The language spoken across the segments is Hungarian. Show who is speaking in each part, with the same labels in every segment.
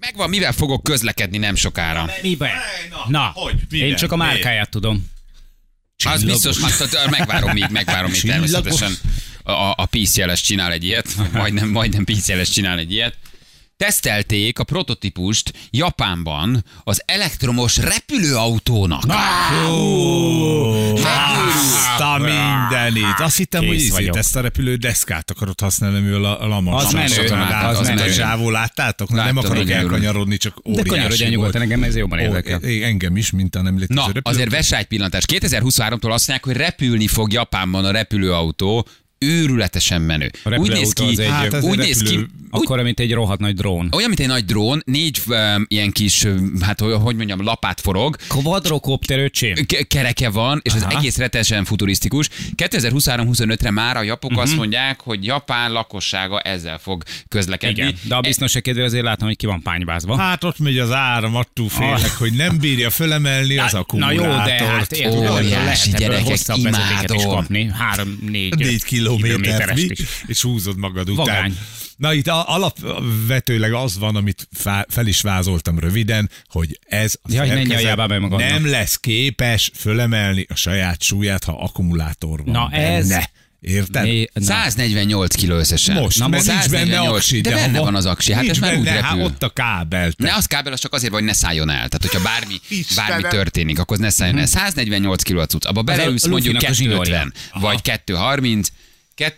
Speaker 1: Megvan, mivel fogok közlekedni nem sokára.
Speaker 2: Mibe? Na,
Speaker 3: hogy? Miben?
Speaker 2: én csak a márkáját tudom.
Speaker 1: Az
Speaker 2: Csillagos.
Speaker 1: biztos, már megvárom még, megvárom még
Speaker 2: Csillagos.
Speaker 1: természetesen. A, a píszjeles csinál egy ilyet, majdnem, majdnem píszjeles csinál egy ilyet. Tesztelték a prototípust Japánban az elektromos repülőautónak.
Speaker 3: Azt a mindenit. Azt hittem, hogy
Speaker 2: Kész
Speaker 3: ízét,
Speaker 2: vagyok.
Speaker 3: ezt a repülő deszkát akarod használni, amivel a, a lamas.
Speaker 2: Az menő, hát, az
Speaker 3: az menő.
Speaker 2: menő.
Speaker 3: A csávó láttátok? Na,
Speaker 1: Láttam,
Speaker 3: nem akarok
Speaker 1: igen, uram.
Speaker 3: elkanyarodni, csak
Speaker 2: De
Speaker 3: óriási
Speaker 2: kanyarodjál
Speaker 3: volt.
Speaker 2: nyugodtan, engem ez jobban
Speaker 3: Ó,
Speaker 2: érdekel.
Speaker 3: é- Engem is, mint a nem létező
Speaker 1: Na,
Speaker 3: repülő.
Speaker 1: azért vesse egy pillantást. 2023-tól azt mondják, hogy repülni fog Japánban a repülőautó, őrületesen menő.
Speaker 2: A
Speaker 1: Úgy néz
Speaker 2: repülőautó
Speaker 1: ki,
Speaker 2: az egy-
Speaker 3: Hát ez
Speaker 1: úgy
Speaker 3: egy
Speaker 1: néz ki,
Speaker 3: repülő.
Speaker 1: úgy,
Speaker 2: Akkor, mint egy rohadt nagy drón.
Speaker 1: olyan, mint egy nagy drón, négy um, ilyen kis, öm, hát hogy- hogy mondjam, lapát forog,
Speaker 2: Kvadrokopter öcsém.
Speaker 1: Ke- kereke van, és az
Speaker 2: Aha.
Speaker 1: egész retesen futurisztikus. 2023-25-re már a japok
Speaker 2: Mhm.
Speaker 1: azt mondják, hogy Japán lakossága ezzel fog közlekedni.
Speaker 2: Igen, de a biztonság kedvéért azért látom, hogy ki van pánybázva.
Speaker 3: Hát ott megy az áram, attól félek, hogy nem bírja fölemelni az
Speaker 2: Ah. Na jó,
Speaker 3: akkumulátort.
Speaker 2: de hát én tudom, hogy
Speaker 1: Óriási
Speaker 2: lehet ebből
Speaker 1: gyerekek,
Speaker 2: hosszabb vezetéket is
Speaker 1: imádom.
Speaker 2: kapni. Három, négy,
Speaker 3: Négy kilométer,
Speaker 2: kilométerest
Speaker 3: mi?
Speaker 2: is.
Speaker 3: és húzod magad után.
Speaker 2: Vagány.
Speaker 3: Na itt a- alapvetőleg az van, amit fá- fel is vázoltam röviden, hogy ez a
Speaker 2: Jaj, ne
Speaker 3: szerkezet
Speaker 2: nyaljál be magadnak.
Speaker 3: nem lesz képes fölemelni a saját súlyát, ha akkumulátor van
Speaker 2: Na ez-
Speaker 3: benne. Érted?
Speaker 2: Né- na.
Speaker 1: 148 kiló összesen.
Speaker 3: Most,
Speaker 1: Na,
Speaker 3: mert nincs benne
Speaker 1: 148.
Speaker 3: aksi.
Speaker 1: De, benne
Speaker 3: ha
Speaker 1: van az aksi, hát
Speaker 3: nincs
Speaker 1: ez már úgy
Speaker 3: benne,
Speaker 1: repül.
Speaker 3: hát ott a kábel. te.
Speaker 1: Ne az kábel, az csak azért van, hogy ne szálljon el. Tehát, hogyha bármi,
Speaker 3: Istenem.
Speaker 1: bármi történik, akkor az ne szálljon el. 148 kiló a cucc. Abba beleülsz
Speaker 2: Mhm. a
Speaker 1: mondjuk
Speaker 2: Luffy-nak a zsinórja.
Speaker 1: 250 vagy 230,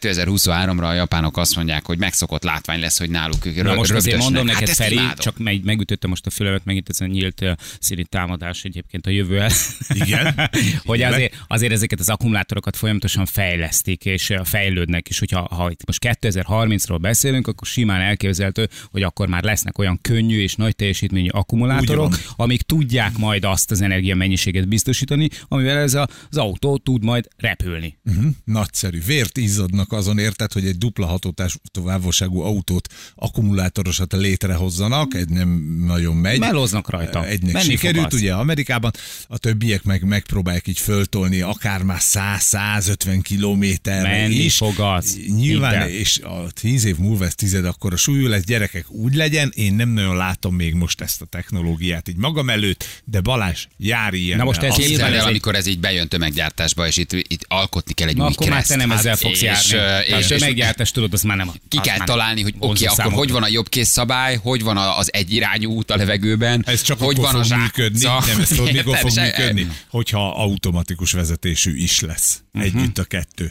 Speaker 1: 2023-ra a japánok azt mondják, hogy megszokott látvány lesz, hogy náluk ők
Speaker 2: Na
Speaker 1: rö-
Speaker 2: most azért
Speaker 1: rögdösnek.
Speaker 2: mondom
Speaker 1: hát
Speaker 2: neked,
Speaker 1: ezt
Speaker 2: Feri,
Speaker 1: imádom.
Speaker 2: csak meg, megütöttem most a fülemet, megint ez a nyílt uh, színi támadás egyébként a jövő el.
Speaker 3: Igen.
Speaker 2: hogy
Speaker 3: Igen.
Speaker 2: azért, azért, ezeket az akkumulátorokat folyamatosan fejlesztik és uh, fejlődnek, és hogyha ha itt most 2030-ról beszélünk, akkor simán elképzelhető, hogy akkor már lesznek olyan könnyű és nagy teljesítményű
Speaker 3: Úgy
Speaker 2: akkumulátorok, amik tudják majd azt az energiamennyiséget biztosítani, amivel ez a, az autó tud majd repülni.
Speaker 3: Mhm, Nagyszerű. Vért izzadnak azon, érted, hogy egy dupla hatótás távolságú autót, akkumulátorosat létrehozzanak, egy nem nagyon megy.
Speaker 2: Melóznak rajta.
Speaker 3: Egynek
Speaker 2: Menni
Speaker 3: Menni
Speaker 2: fog
Speaker 3: sikerült,
Speaker 2: az.
Speaker 3: ugye Amerikában, a többiek meg megpróbálják így föltolni, akár már 100-150 kilométerre
Speaker 2: Menni
Speaker 3: is.
Speaker 2: fog az.
Speaker 3: Nyilván,
Speaker 2: Hidd el.
Speaker 3: és a 10 év múlva ez tized, akkor a súlyú lesz, gyerekek, úgy legyen, én nem nagyon látom még most ezt a technológiát így magam előtt, de Balázs, jár ilyen.
Speaker 2: Na most ez
Speaker 1: Képzeld
Speaker 2: Nyilván
Speaker 1: el,
Speaker 2: egy-
Speaker 1: amikor ez így bejön tömeggyártásba, és itt, itt alkotni kell egy
Speaker 2: Na,
Speaker 1: új
Speaker 2: akkor már
Speaker 1: kereszt.
Speaker 2: te nem ezzel
Speaker 1: Hát,
Speaker 2: fogsz
Speaker 1: és,
Speaker 2: járni.
Speaker 1: ö,
Speaker 2: Tehát
Speaker 1: És, és
Speaker 2: tömeggyártás, tudod, az már nem.
Speaker 1: ki kell találni, hogy oké, okay, akkor hogy van a jobbkész szabály, hogy van a- az egyirányú út a levegőben,
Speaker 3: Ez csak
Speaker 1: hogy
Speaker 3: hogy
Speaker 1: van
Speaker 3: akkor van
Speaker 1: a
Speaker 3: fog
Speaker 1: zsák-
Speaker 3: működni,
Speaker 1: Szóval-
Speaker 3: nem, ez tudod, mikor
Speaker 1: Érted?
Speaker 3: fog
Speaker 1: És, e-
Speaker 3: működni, hogyha automatikus vezetésű is lesz.
Speaker 1: Mhm.
Speaker 3: Együtt a kettő.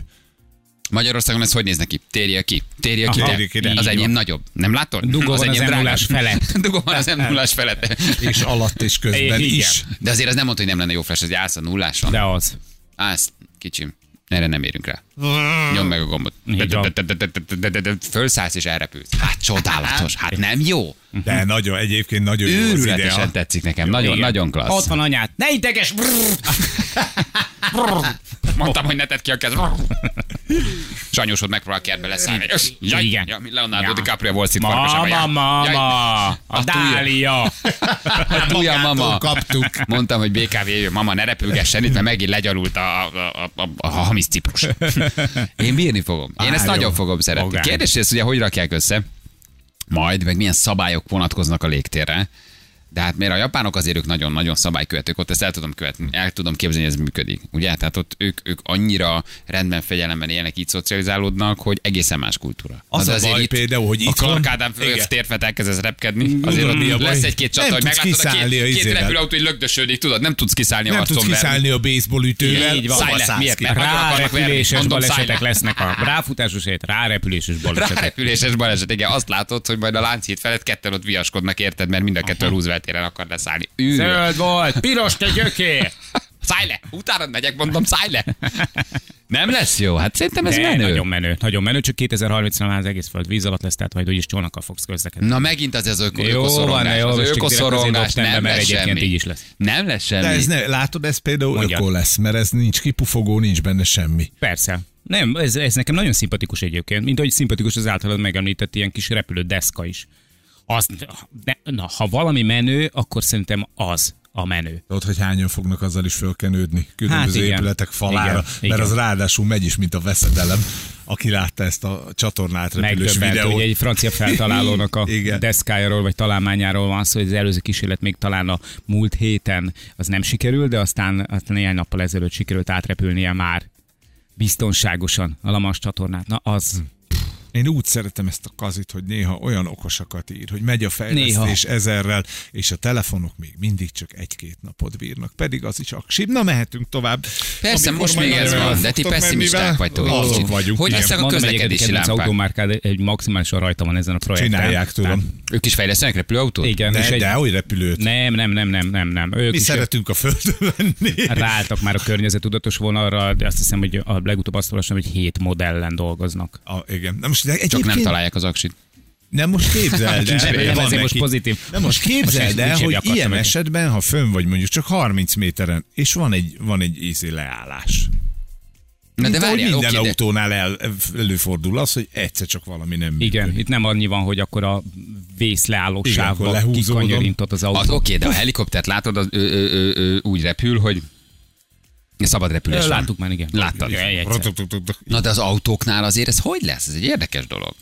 Speaker 1: Magyarországon ez hogy néz neki? Térje ki. Térje ki. te.
Speaker 2: Aha.
Speaker 3: Térjél ki, de.
Speaker 1: Az
Speaker 3: Így
Speaker 1: enyém nagyobb. Nem látod?
Speaker 2: Dugó van az
Speaker 1: enyém drágább.
Speaker 2: M0-as felett.
Speaker 1: Dugó van az m 0 felett.
Speaker 3: És alatt és közben
Speaker 2: Igen.
Speaker 3: is.
Speaker 1: De azért az nem mondta, hogy nem lenne jó flash, hogy állsz a nulláson.
Speaker 2: De az.
Speaker 1: Állsz, kicsim. Erre nem érünk rá. Nyomd meg a gombot.
Speaker 2: Így van.
Speaker 1: Fölszállsz és elrepülsz. Hát csodálatos. Hát nem jó.
Speaker 3: De nagyon, egyébként nagyon jó az idea.
Speaker 1: Mhm. Őrületesen tetszik nekem. Nagyon,
Speaker 2: Igen.
Speaker 1: nagyon klassz.
Speaker 2: Ott van anyád. Ne ideges!
Speaker 1: Mondtam, hogy ne tedd ki a kezed. Sanyósod megpróbál kertbe leszállni. Ös, Jaj,
Speaker 2: Igen.
Speaker 1: Ja, mint Leonardo
Speaker 2: Ja.
Speaker 1: DiCaprio volt itt farkasában.
Speaker 2: Mama,
Speaker 1: Jaj, jaj.
Speaker 2: mama! A
Speaker 1: túlja.
Speaker 2: dália!
Speaker 1: A túlja, mama.
Speaker 3: Hát, kaptuk.
Speaker 1: Mondtam, hogy BKV jövő, mama, ne repülgessen itt, mert megint legyalult a, a, a, a, a hamis ciprus. Én bírni fogom. Én ezt
Speaker 3: Á, jó.
Speaker 1: nagyon fogom szeretni.
Speaker 2: Magán.
Speaker 1: Kérdés, hogy ezt ugye hogy rakják össze? Majd, meg milyen szabályok vonatkoznak a légtérre. De hát mert a japánok azért ők nagyon-nagyon szabálykövetők, ott ezt el tudom követni, el tudom képzelni, hogy ez működik. Ugye? Tehát ott ők, ők annyira rendben, fegyelemben élnek, így szocializálódnak, hogy egészen más kultúra.
Speaker 3: Az a baj például, hogy
Speaker 1: a
Speaker 3: itthon-
Speaker 1: karkádán
Speaker 3: Igen. Mhm.
Speaker 1: térfet elkezdesz repkedni, azért
Speaker 3: Tudod, mi a
Speaker 1: ott
Speaker 3: baj?
Speaker 1: lesz egy-két csata,
Speaker 3: Nem
Speaker 1: hogy
Speaker 3: tudsz
Speaker 1: meglátod a
Speaker 3: kiszállni a
Speaker 1: két, két
Speaker 3: izével.
Speaker 1: repülőautó, hogy lögdösödik, tudod, nem tudsz kiszállni a
Speaker 3: Nem tudsz
Speaker 1: harcon belül.
Speaker 3: kiszállni a baseball ütővel.
Speaker 1: Így van.
Speaker 3: szóval
Speaker 1: Szállj le,
Speaker 3: szállsz
Speaker 1: miért?
Speaker 3: ki.
Speaker 1: Mert meg akarnak verni.
Speaker 2: Rárepüléses
Speaker 1: Mondom,
Speaker 2: balesetek
Speaker 1: szállj
Speaker 2: lesznek a ráfutásos helyet, rárepüléses balesetek.
Speaker 1: Ráepüléses baleset, igen, azt látod, hogy majd a Lánchíd felett ketten ott viaskodnak, érted, mert mind a kettő a Roosevelt téren akar leszállni. Ül.
Speaker 2: Zöld volt, piros te gyökér!
Speaker 1: Szállj le! Utána megyek, mondom, szállj le! Nem lesz jó, hát szerintem ez
Speaker 2: De
Speaker 1: menő.
Speaker 2: Nagyon menő, nagyon menő, csak 2030-ra már az egész föld víz alatt lesz, tehát majd úgyis csónakkal fogsz közlekedni.
Speaker 1: Na megint az ez az öko-
Speaker 2: Jó van,
Speaker 1: ökoszorongás.
Speaker 2: jó,
Speaker 1: az
Speaker 2: most csak direkt
Speaker 1: ökoszorongás
Speaker 2: azért dobtam be,
Speaker 1: nem
Speaker 2: mert
Speaker 1: lesz
Speaker 2: egyébként
Speaker 1: semmi.
Speaker 2: így is lesz.
Speaker 1: Nem lesz semmi.
Speaker 3: De ez ne, látod, ez például
Speaker 2: Mondjad.
Speaker 3: ökó lesz, mert ez nincs kipufogó, nincs benne semmi.
Speaker 2: Persze. Nem, ez, ez nekem nagyon szimpatikus egyébként, mint ahogy szimpatikus az általad megemlített ilyen kis repülő deszka is. Az, ne, na, ha valami menő, akkor szerintem az. a menő.
Speaker 3: Ott, hogy hányan fognak azzal is fölkenődni különböző
Speaker 2: Hát
Speaker 3: hát
Speaker 2: igen.
Speaker 3: épületek falára,
Speaker 2: Igen,
Speaker 3: igen, mert
Speaker 2: igen.
Speaker 3: az ráadásul megy is, mint a veszedelem, aki látta ezt a csatornát repülős
Speaker 2: Megdöbbent,
Speaker 3: videót.
Speaker 2: hogy egy francia feltalálónak a
Speaker 3: Igen.
Speaker 2: deszkájáról vagy találmányáról van szó, hogy az előző kísérlet még talán a múlt héten az nem sikerült, de aztán, aztán néhány nappal ezelőtt sikerült átrepülnie már biztonságosan a Lamas csatornát. Na az,
Speaker 3: Én úgy szeretem ezt a kazit, hogy néha olyan okosakat ír, hogy megy a fejlesztés néha. ezerrel, és a telefonok még mindig csak egy-két napot bírnak. Pedig az is aksib. Na, mehetünk tovább.
Speaker 1: Persze,
Speaker 3: Amikor
Speaker 1: most
Speaker 3: majd
Speaker 1: még ez
Speaker 3: nagyon el
Speaker 1: van, de ti
Speaker 3: fogtok
Speaker 1: pessimisták
Speaker 3: menni vele,
Speaker 1: vagytok. egy
Speaker 3: azok
Speaker 1: kicsit.
Speaker 3: vagyunk.
Speaker 1: Hogy
Speaker 3: igen.
Speaker 1: lesznek a
Speaker 2: mondom, egyébként
Speaker 1: közlekedési
Speaker 2: kedvenc
Speaker 1: lámpák?
Speaker 2: autómárkád egy maximálisan rajta van ezen a projekten.
Speaker 3: Csinálják, tudom.
Speaker 1: Ők is fejlesztenek repülőautót?
Speaker 2: Igen, és
Speaker 3: Ne,
Speaker 2: egy,
Speaker 3: de hogy repülőt.
Speaker 2: nem, nem, nem, nem, nem, nem. Ők
Speaker 3: Mi
Speaker 2: is
Speaker 3: szeretünk a földön lenni.
Speaker 2: ráálltak már a környezetudatos vonalra, de azt hiszem, hogy a legutóbb azt olvastam, hogy hét modellen dolgoznak.
Speaker 3: A, igen. Na most
Speaker 1: Csak nem
Speaker 3: egyébként
Speaker 1: találják az aksit.
Speaker 3: Nem most képzeld el,
Speaker 1: Nem,
Speaker 3: de
Speaker 1: nem,
Speaker 3: van
Speaker 2: ezért most
Speaker 3: neki.
Speaker 2: pozitív.
Speaker 3: Nem most képzeld
Speaker 2: Most
Speaker 3: el,
Speaker 2: nincs
Speaker 3: hogy
Speaker 2: akartam
Speaker 3: ilyen
Speaker 2: neki.
Speaker 3: esetben, ha fönn vagy mondjuk csak 30 méteren, és van egy, van egy ízi leállás.
Speaker 1: Na de
Speaker 3: Mint ahogy
Speaker 1: várjál,
Speaker 3: minden
Speaker 1: oké, de
Speaker 3: autónál el, előfordul az, hogy egyszer csak valami nem
Speaker 2: Igen, itt nem annyi van, hogy akkor a vészleálló
Speaker 3: Igen, akkor
Speaker 2: sávba
Speaker 3: lehúzódom.
Speaker 2: kikanyarintott az
Speaker 1: az
Speaker 2: autó.
Speaker 1: oké, de a helikoptert látod, az ö, ö, ö, ö, úgy repül, hogy szabad repülés
Speaker 2: Ö,
Speaker 1: van.
Speaker 2: Láttuk már, igen.
Speaker 1: Láttad.
Speaker 2: Jaj, egyszer.
Speaker 3: Rototototok.
Speaker 1: Na de az autóknál azért ez hogy lesz? Ez egy érdekes dolog.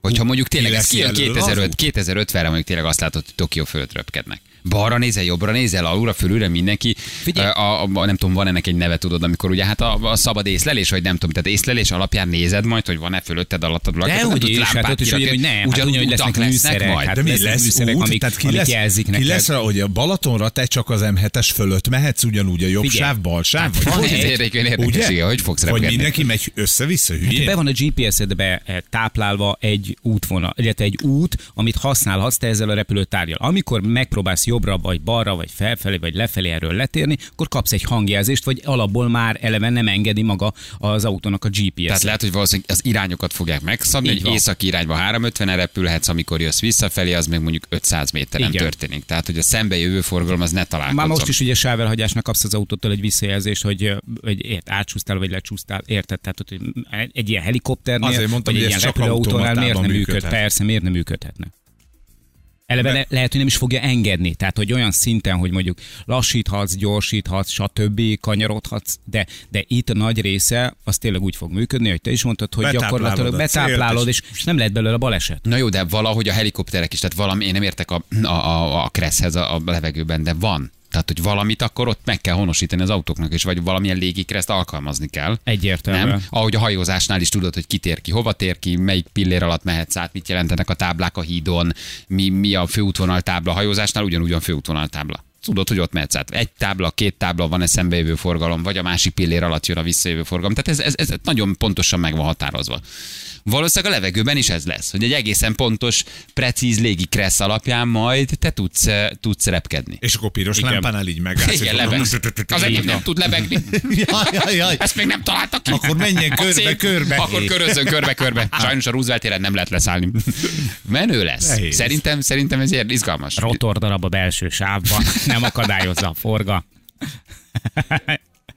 Speaker 1: Hogyha mondjuk tényleg
Speaker 3: Ki
Speaker 1: ez
Speaker 3: lesz
Speaker 1: kijön
Speaker 3: jelölve
Speaker 1: 2005,
Speaker 3: azok?
Speaker 1: 2050-re mondjuk tényleg azt látod, hogy Tokió fölött röpkednek. Balra nézel, jobbra nézel, alulra, fölülre mindenki.
Speaker 2: Figyelj.
Speaker 1: Ö, A, a, nem tudom, van ennek egy neve, tudod, amikor ugye hát a, a szabad észlelés, vagy nem tudom, tehát észlelés alapján nézed majd, hogy van-e fölötted, alattad valaki.
Speaker 2: De
Speaker 1: nem
Speaker 2: hogy
Speaker 1: tudsz
Speaker 2: is, hát
Speaker 1: lámpát
Speaker 2: ott is
Speaker 1: kirakni.
Speaker 2: ugyanúgy nem, hát
Speaker 1: Ugyanúgy
Speaker 2: ugyanúgy lesznek
Speaker 1: utak lesznek
Speaker 2: műszerek,
Speaker 1: majd.
Speaker 2: hát
Speaker 3: De mi
Speaker 2: lesznek
Speaker 3: lesz
Speaker 2: műszerek,
Speaker 3: út?
Speaker 2: amik-
Speaker 3: Tehát ki
Speaker 2: amik
Speaker 3: lesz,
Speaker 2: jelzik
Speaker 3: ki
Speaker 2: neked.
Speaker 3: lesz rá, hogy a Balatonra te csak az M7-es fölött mehetsz, ugyanúgy a jobb
Speaker 2: Figyelj.
Speaker 3: sáv, bal sáv? vagy
Speaker 1: van
Speaker 3: hogy?
Speaker 1: ez érdekes, érdekes,
Speaker 3: Ugye?
Speaker 1: igen, hogy fogsz
Speaker 3: Vagy
Speaker 1: repkedni.
Speaker 3: mindenki megy össze-vissza,
Speaker 2: Hát be
Speaker 3: hülyén?
Speaker 2: van a GPS-edbe eh, táplálva egy útvonal, illetve egy út, amit használhatsz te ezzel a repülőtárgyal. Amikor megpróbálsz jobbra, vagy balra, vagy felfelé, vagy lefelé erről letérni, akkor kapsz egy hangjelzést, vagy alapból már eleve nem engedi maga az autónak a GPS.
Speaker 1: Tehát
Speaker 2: -et.
Speaker 1: lehet, hogy valószínűleg az irányokat fogják megszabni,
Speaker 2: Így
Speaker 1: hogy
Speaker 2: van.
Speaker 1: északi irányba 350 repülhetsz, amikor jössz visszafelé, az meg mondjuk 500 méteren
Speaker 2: Igen.
Speaker 1: történik. Tehát, hogy a szembe jövő forgalom az ne
Speaker 3: Hát
Speaker 1: találkozzon.
Speaker 2: Már most is ugye sávelhagyásnak kapsz az autótól egy visszajelzést, hogy, eh, hogy ért, átsúsztál, vagy lecsúsztál, érted? Tehát hogy egy- egy ilyen helikopternél,
Speaker 3: Azért mondtam,
Speaker 2: vagy egy
Speaker 3: hogy ez
Speaker 2: ilyen
Speaker 3: csak
Speaker 2: repülőautónál miért nem
Speaker 3: automatában
Speaker 2: működhet?
Speaker 3: működhet.
Speaker 2: Persze, miért nem működhetne? Eleve le, lehet, hogy nem is fogja engedni. Tehát, hogy olyan szinten, hogy mondjuk lassíthatsz, gyorsíthatsz, stb., kanyarodhatsz, de, de itt a nagy része az tényleg úgy fog működni, hogy te is mondtad, hogy
Speaker 3: Betáplálod
Speaker 2: gyakorlatilag
Speaker 3: a célt,
Speaker 2: betáplálod,
Speaker 3: és-
Speaker 2: és, és nem lehet belőle baleset.
Speaker 1: Na jó, de valahogy a helikopterek is, tehát valami, én nem értek a, a, a, a kreszhez a, a levegőben, de van. Tehát, hogy valamit akkor ott meg kell honosítani az autóknak, és vagy valamilyen légikreszt alkalmazni kell.
Speaker 2: Egyértelműen.
Speaker 1: Nem? Ahogy a hajózásnál is tudod, hogy ki tér ki, hova tér ki, melyik pillér alatt mehetsz át, mit jelentenek a táblák a hídon, mi, mi a főútvonal tábla. A hajózásnál ugyanúgy van főútvonal tábla. Tudod, hogy ott mehetsz át. Egy tábla, két tábla van-e szembejövő forgalom, vagy a másik pillér alatt jön a visszajövő forgalom. Tehát ez, ez, ez nagyon pontosan meg van határozva. Valószínűleg a levegőben is ez lesz, hogy egy egészen pontos, precíz légi kressz alapján majd te tudsz, eh, tudsz repkedni.
Speaker 3: És akkor piros
Speaker 2: Igen.
Speaker 3: lámpánál így megállsz.
Speaker 1: Igen,
Speaker 3: és akkor-
Speaker 1: lebegsz. Az egyéb nem tud lebegni.
Speaker 3: Jaj, jaj, jaj.
Speaker 1: Ezt még nem találtak ki.
Speaker 3: Akkor menjen
Speaker 1: A
Speaker 3: körbe,
Speaker 1: cég-
Speaker 3: körbe.
Speaker 1: Akkor körözzön körbe-körbe. Sajnos a Roosevelt téren nem lehet leszállni. Menő lesz.
Speaker 3: Nehéz.
Speaker 1: Szerintem, szerintem ez ilyen izgalmas.
Speaker 2: Rotor darab a belső sávban, nem akadályozza a forga.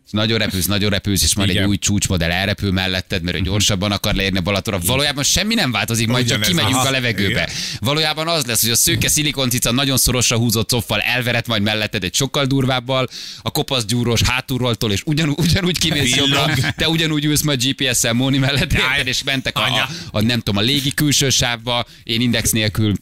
Speaker 1: Nagyon repülsz, nagyon repülsz, és majd
Speaker 2: Igen.
Speaker 1: egy új csúcsmodell elrepül melletted, mert ő gyorsabban akar leérni a Balatonra. Valójában semmi nem változik, majd csak
Speaker 3: Mhm. Ugyanez.
Speaker 1: kimegyünk
Speaker 3: Aha.
Speaker 1: a levegőbe.
Speaker 3: Igen.
Speaker 1: Valójában az lesz, hogy a szőke szilikontica nagyon szorosra húzott coffal elveret majd melletted egy sokkal durvábbal, a kopasz gyúros hátulróltól, és ugyanúgy, ugyanúgy kimész jobbra, te ugyanúgy ülsz majd GPS-szel Móni mellett, érted, és mentek a, a, a, nem tudom, a légi külső sávba, én index nélkül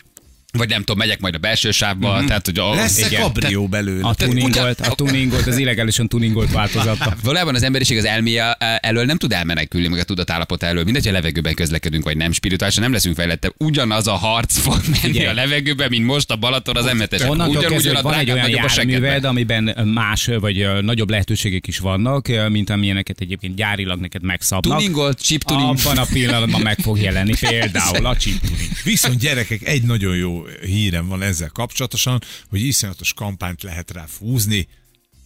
Speaker 1: vagy nem tudom, megyek majd a belső sávba, tehát hogy a,
Speaker 3: Mhm. Lesz-e
Speaker 1: Igen.
Speaker 3: kabrió belőle?
Speaker 2: A
Speaker 1: Tehát
Speaker 2: tuningolt,
Speaker 1: ugyan-
Speaker 2: a tuningolt, az illegálisan tuningolt változata.
Speaker 1: Valójában az emberiség az elméje e, elől nem tud elmenekülni, meg a tudatállapot elől. Mindegy, hogy a levegőben közlekedünk, vagy nem spirituálisan, nem leszünk fejlettebb. Ugyanaz a harc fog menni
Speaker 2: Figyelj.
Speaker 1: a levegőben, mint most a Balaton az emetes.
Speaker 2: Onnantól kezdve,
Speaker 1: a
Speaker 2: hogy van egy
Speaker 1: drágább,
Speaker 2: olyan
Speaker 1: nagyobb a
Speaker 2: járműved,
Speaker 1: seggedben.
Speaker 2: amiben más vagy ö, nagyobb lehetőségek is vannak, ö, mint amilyeneket egyébként gyárilag neked megszabnak.
Speaker 1: Tuningolt, chip tuning.
Speaker 2: Abban a pillanatban meg fog jelenni például a chip tuning.
Speaker 3: Viszont gyerekek, egy nagyon jó hírem van ezzel kapcsolatosan, hogy iszonyatos kampányt lehet rá fúzni,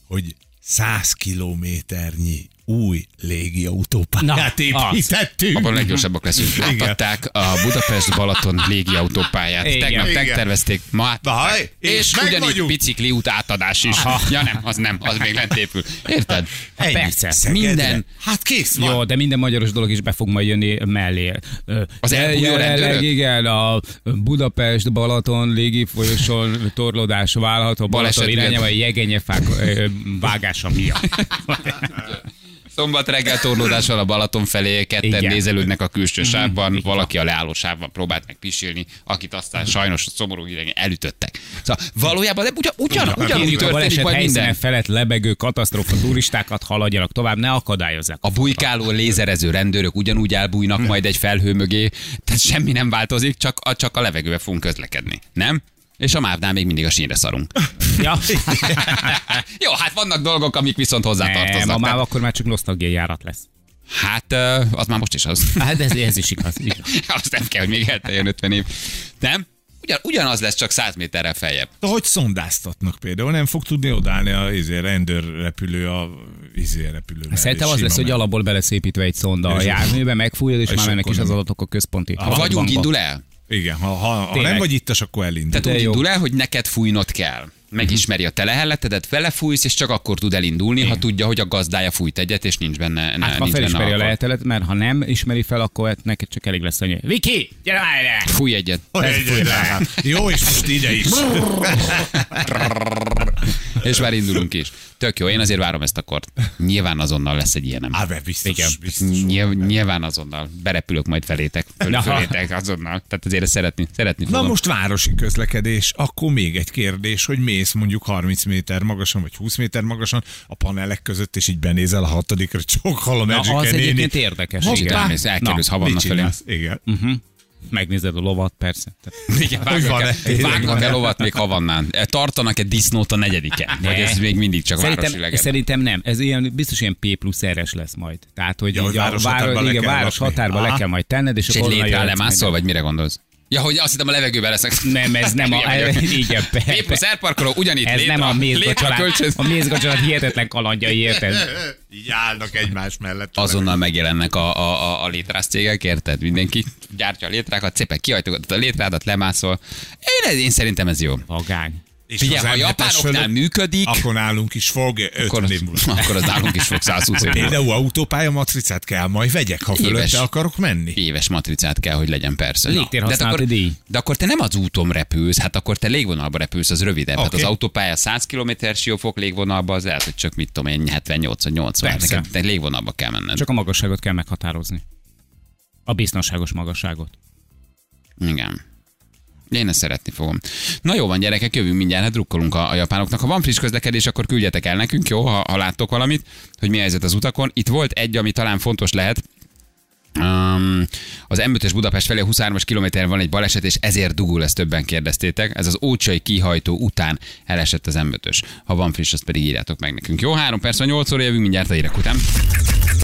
Speaker 3: hogy 100 kilométernyi új légiautópályát
Speaker 2: Na,
Speaker 3: építettünk.
Speaker 1: Abban a leggyorsabbak leszünk.
Speaker 3: Igen.
Speaker 1: Láttatták a Budapest-Balaton légiautópályát.
Speaker 2: Igen.
Speaker 1: Tegnap
Speaker 3: Igen.
Speaker 1: megtervezték, ma
Speaker 3: Na, haj,
Speaker 1: és, és
Speaker 3: meg
Speaker 1: ugyanígy
Speaker 3: vagyunk.
Speaker 1: bicikli út átadás is. Aha. Ja nem, az nem, az még lent épül. Érted?
Speaker 3: Ennyi.
Speaker 2: persze.
Speaker 3: Szegedre.
Speaker 1: Minden.
Speaker 3: Hát kész van.
Speaker 2: Jó, de minden magyaros dolog is be fog majd jönni mellé. Ö,
Speaker 1: Az elbújó
Speaker 2: jelenleg
Speaker 1: rendőrök?
Speaker 2: Igen, a Budapest, Balaton, légi folyoson torlódás válható
Speaker 1: Baleset
Speaker 2: Balaton irányába a
Speaker 1: miatt.
Speaker 2: jegenyefák ö, vágása miatt.
Speaker 1: Szombat reggel torlódással a Balaton felé, ketten
Speaker 2: Igen. Mhm.
Speaker 1: nézelődnek a külső sávban, valaki a leálló sávban próbált meg pisilni, akit aztán
Speaker 2: Mhm.
Speaker 1: sajnos a szomorú idegen elütöttek. Szóval valójában de ugyan, ugyan, ugyanúgy
Speaker 2: Kérjük a
Speaker 1: történik
Speaker 2: baleset
Speaker 1: majd
Speaker 2: helyszínen
Speaker 1: minden.
Speaker 2: felett lebegő katasztrófa turistákat haladjanak tovább, ne akadályozzák.
Speaker 1: A bujkáló, lézerező rendőrök ugyanúgy
Speaker 2: Mhm.
Speaker 1: elbújnak majd egy felhő mögé, tehát semmi nem változik, csak a, csak a levegőbe fogunk közlekedni, nem? És a mávnál még mindig a sínre szarunk.
Speaker 2: Ja.
Speaker 1: Jó, hát vannak dolgok, amik viszont hozzátartoznak.
Speaker 2: Nem, a máv
Speaker 1: Tehát-
Speaker 2: akkor már csak nosztalgiai járat lesz.
Speaker 1: Hát ö, az már most is az.
Speaker 2: Hát ez, ez is igaz.
Speaker 1: Azt nem kell, hogy még elteljen 50 év. Nem? Ugyan, ugyanaz lesz, csak 100 méterrel feljebb.
Speaker 3: De hogy szondáztatnak például? Nem fog tudni odállni a izé, rendőrrepülő a izé, repülő. mellé,
Speaker 2: Hát Szerintem az
Speaker 3: sima
Speaker 2: lesz, hogy
Speaker 3: mellé.
Speaker 2: alapból beleszépítve egy szonda a
Speaker 3: És-
Speaker 2: járműbe, megfújod, és,
Speaker 3: És
Speaker 2: már mennek
Speaker 3: akkor
Speaker 2: is az
Speaker 3: nem.
Speaker 2: adatok a központi.
Speaker 1: Ha vagyunk, indul el.
Speaker 3: Igen, ha, ha, ha
Speaker 2: Tényleg.
Speaker 3: nem vagy ittas, akkor elindul.
Speaker 1: Tehát
Speaker 2: De
Speaker 1: úgy
Speaker 2: jó.
Speaker 1: indul el, hogy neked fújnod kell. Megismeri a telehelletedet, vele fújsz, és csak akkor tud elindulni, ha tudja, hogy a gazdája fújt egyet, és nincs benne. ne-
Speaker 2: Hát ha
Speaker 1: nincs
Speaker 2: felismeri
Speaker 1: benne
Speaker 2: a
Speaker 1: alkohol.
Speaker 2: lehetelet, mert ha nem ismeri fel, akkor hát neked csak elég lesz annyi. Viki, gyere már ide!
Speaker 1: Fúj egyet.
Speaker 3: Hogy egy- Jó, és most ide is.
Speaker 1: És már indulunk is. Tök jó, én azért várom ezt a kort. Nyilván azonnal lesz egy ilyenem.
Speaker 3: Ábe, biztos,
Speaker 2: Igen.
Speaker 3: biztos.
Speaker 1: Hát, Nyilv, nyilván azonnal. Berepülök majd felétek. Föl,
Speaker 2: Na.
Speaker 1: fölétek azonnal. Tehát azért ezt szeretni, szeretni
Speaker 3: Na
Speaker 1: fogom.
Speaker 3: most városi közlekedés, akkor még egy kérdés, hogy mész mondjuk 30 méter magasan, vagy 20 méter magasan a panelek között, és így benézel a hatodikra, csak hallom
Speaker 2: Na,
Speaker 3: Erzsike
Speaker 2: az
Speaker 3: néni.
Speaker 2: egyébként érdekes.
Speaker 1: Hoppá.
Speaker 2: igen.
Speaker 1: Elmész, elkerülsz
Speaker 2: Na,
Speaker 1: havanna
Speaker 3: Mit
Speaker 1: felé. Mhm.
Speaker 3: csinálsz? Igen.
Speaker 2: Megnézed a lovat, persze. Tehát-
Speaker 1: Igen,
Speaker 3: Hogy
Speaker 1: vágnak,
Speaker 3: van-e?
Speaker 1: el,
Speaker 3: Tényleg
Speaker 1: vágnak
Speaker 3: van-e?
Speaker 1: el lovat még havannán. Tartanak-e disznót a negyediken?
Speaker 2: Ne.
Speaker 1: Vagy ez még mindig csak városi
Speaker 2: Szerintem,
Speaker 1: legenda?
Speaker 2: szerintem nem. Ez ilyen, biztos ilyen P plusz R-es lesz majd. Tehát, hogy
Speaker 3: Ja,
Speaker 2: így
Speaker 3: hogy
Speaker 2: a
Speaker 3: város határba
Speaker 2: város,
Speaker 3: le
Speaker 2: igen,
Speaker 3: kell
Speaker 2: város
Speaker 3: lakni.
Speaker 2: határba le
Speaker 3: Aha.
Speaker 2: kell majd tenned, és,
Speaker 1: És egy
Speaker 2: akkor onnan
Speaker 1: létrán
Speaker 2: jöhetsz
Speaker 1: lemászol,
Speaker 2: meg.
Speaker 1: vagy mire gondolsz? Ja, hogy azt hittem a levegőben leszek.
Speaker 2: Nem, ez nem a...
Speaker 1: Hülye vagyok.
Speaker 2: Igen, pe-
Speaker 1: P plusz R parkoló, ugyanígy
Speaker 2: Ez
Speaker 1: létra,
Speaker 2: nem a
Speaker 1: létra
Speaker 2: mézgacsalád.
Speaker 1: kölcsön.
Speaker 2: A mézgacsalád hihetetlen kalandjai, érted?
Speaker 3: Így állnak egymás mellett.
Speaker 1: Azonnal megjelennek a, a, a, a létrász cégek, érted? Mindenki gyártja a létrákat, szépen kiajtogatod a létrádat, lemászol. Én, én szerintem ez jó.
Speaker 2: Vagány.
Speaker 3: És
Speaker 1: Figyelj,
Speaker 3: az
Speaker 1: ha a
Speaker 3: M7-es
Speaker 1: japánoknál
Speaker 3: fölött,
Speaker 1: működik,
Speaker 3: Akkor nálunk is fog
Speaker 1: akkor,
Speaker 3: 5 év múlva.
Speaker 1: az, akkor az nálunk is fog 120 év múlva.
Speaker 3: Például autópálya matricát kell majd vegyek, ha
Speaker 1: Éves.
Speaker 3: fölötte akarok menni.
Speaker 1: éves matricát kell, hogy legyen persze. Na,
Speaker 2: Légtér
Speaker 1: de, hát akkor,
Speaker 2: használati díj.
Speaker 1: de akkor te nem az úton repülsz, hát akkor te légvonalba repülsz, az rövidebb. Okay. Hát
Speaker 3: Oké.
Speaker 1: az autópálya 100 km siófok légvonalba, az lehet, hogy csak mit tudom én, 78-80. Hát
Speaker 2: Persze.
Speaker 1: neked te légvonalba kell menned. Csak...
Speaker 2: Csak a magasságot kell meghatározni. A biztonságos magasságot.
Speaker 1: Igen. Én ezt szeretni fogom. Na jó van, gyerekek, jövünk mindjárt, hát drukkolunk a, a japánoknak. Ha van friss közlekedés, akkor küldjetek el nekünk, jó, ha, ha láttok valamit, hogy mi a helyzet az utakon. Itt volt egy, ami talán fontos lehet, Um, az M5-ös Budapest felé a 23-as kilométeren van egy baleset, és ezért dugul, ezt többen kérdeztétek. Ez az ócsai kihajtó után elesett az M5-ös. Ha van friss, azt pedig írjátok meg nekünk. Jó, három perc, van, 8 óra jövünk mindjárt a hírek után.